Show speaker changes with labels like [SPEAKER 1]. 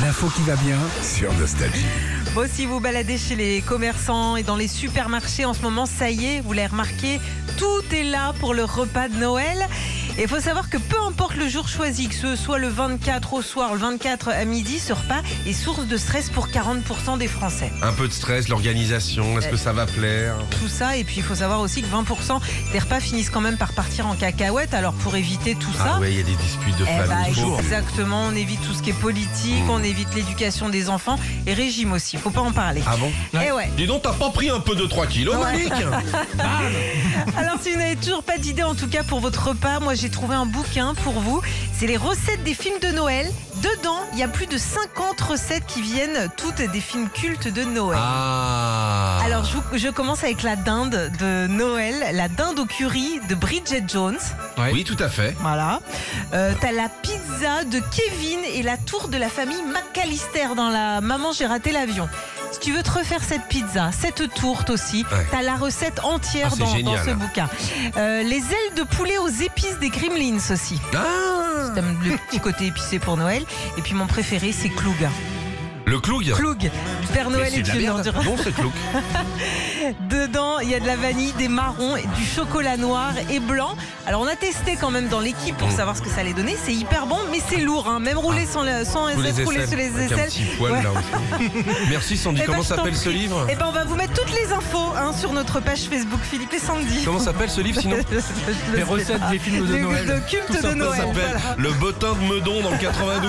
[SPEAKER 1] L'info qui va bien sur Nostalgie.
[SPEAKER 2] Bon, si vous baladez chez les commerçants et dans les supermarchés en ce moment, ça y est, vous l'avez remarqué, tout est là pour le repas de Noël. Et il faut savoir que peu importe le jour choisi, que ce soit le 24 au soir, le 24 à midi, ce repas est source de stress pour 40% des Français.
[SPEAKER 3] Un peu de stress, l'organisation, est-ce que ça va plaire
[SPEAKER 2] Tout ça, et puis il faut savoir aussi que 20% des repas finissent quand même par partir en cacahuète. Alors pour éviter tout ça,
[SPEAKER 3] Ah ouais, il y a des disputes de
[SPEAKER 2] eh bah,
[SPEAKER 3] famille. toujours. Mmh.
[SPEAKER 2] exactement, on évite tout ce qui est politique, on évite l'éducation des enfants et régime aussi, faut pas en parler.
[SPEAKER 3] Ah bon
[SPEAKER 2] Eh ouais.
[SPEAKER 3] Dis donc, t'as pas pris un peu de 3 kilos,
[SPEAKER 2] Ouais.
[SPEAKER 3] Monique
[SPEAKER 2] Alors si vous n'avez toujours pas d'idée en tout cas pour votre repas, moi j'ai trouvé un bouquin pour vous. C'est les recettes des films de Noël. Dedans, il y a plus de 50 recettes qui viennent toutes des films cultes de Noël.
[SPEAKER 3] Ah
[SPEAKER 2] Alors je, vous- je commence avec la dinde de Noël, la dinde au curry de Bridget Jones.
[SPEAKER 3] Oui, tout à fait.
[SPEAKER 2] Voilà. Euh, T'as la pizza de Kevin et la tour de la famille McAllister dans la Maman j'ai raté l'avion. Si tu veux te refaire cette pizza, cette tourte aussi,
[SPEAKER 3] Ouais.
[SPEAKER 2] t'as la recette entière
[SPEAKER 3] Ah, c'est
[SPEAKER 2] dans, dans
[SPEAKER 3] génial.
[SPEAKER 2] ce bouquin. Euh, les ailes de poulet aux épices des Gremlins aussi.
[SPEAKER 3] Ah
[SPEAKER 2] T'aimes le petit côté épicé pour Noël. Et puis mon préféré, c'est Cloug.
[SPEAKER 3] Le cloug
[SPEAKER 2] Cloug, du Père
[SPEAKER 3] Mais
[SPEAKER 2] Noël hein,
[SPEAKER 3] c'est
[SPEAKER 2] et
[SPEAKER 3] de la
[SPEAKER 2] Dieu n'en
[SPEAKER 3] merde.
[SPEAKER 2] dure.
[SPEAKER 3] Non, c'est cloug.
[SPEAKER 2] Dedans, il y a de la vanille, des marrons, et du chocolat noir et blanc. Alors, on a testé quand même dans l'équipe pour
[SPEAKER 3] Mm. Ah.
[SPEAKER 2] savoir ce que ça allait donner. C'est hyper bon, mais c'est lourd. hein. Même rouler sans, la- sans
[SPEAKER 3] Sous
[SPEAKER 2] SF, rouler sur les
[SPEAKER 3] avec un
[SPEAKER 2] aisselles.
[SPEAKER 3] petit poil,
[SPEAKER 2] Ouais.
[SPEAKER 3] là, aussi. Merci Sandy,
[SPEAKER 2] Eh ben,
[SPEAKER 3] comment
[SPEAKER 2] je t'en
[SPEAKER 3] s'appelle ce
[SPEAKER 2] prie.
[SPEAKER 3] livre
[SPEAKER 2] Eh ben, on va vous mettre toutes les infos hein, sur notre page Facebook Philippe et Sandy.
[SPEAKER 3] Comment s'appelle ce livre sinon
[SPEAKER 2] Je- je- je
[SPEAKER 1] Les
[SPEAKER 2] le sais
[SPEAKER 1] recettes
[SPEAKER 2] pas.
[SPEAKER 1] des films de
[SPEAKER 2] Les-
[SPEAKER 1] Noël.
[SPEAKER 2] de culte
[SPEAKER 1] Tout
[SPEAKER 2] de
[SPEAKER 1] simplement.
[SPEAKER 3] Ça
[SPEAKER 2] Noël.
[SPEAKER 3] s'appelle Le bottin de Meudon dans le 92.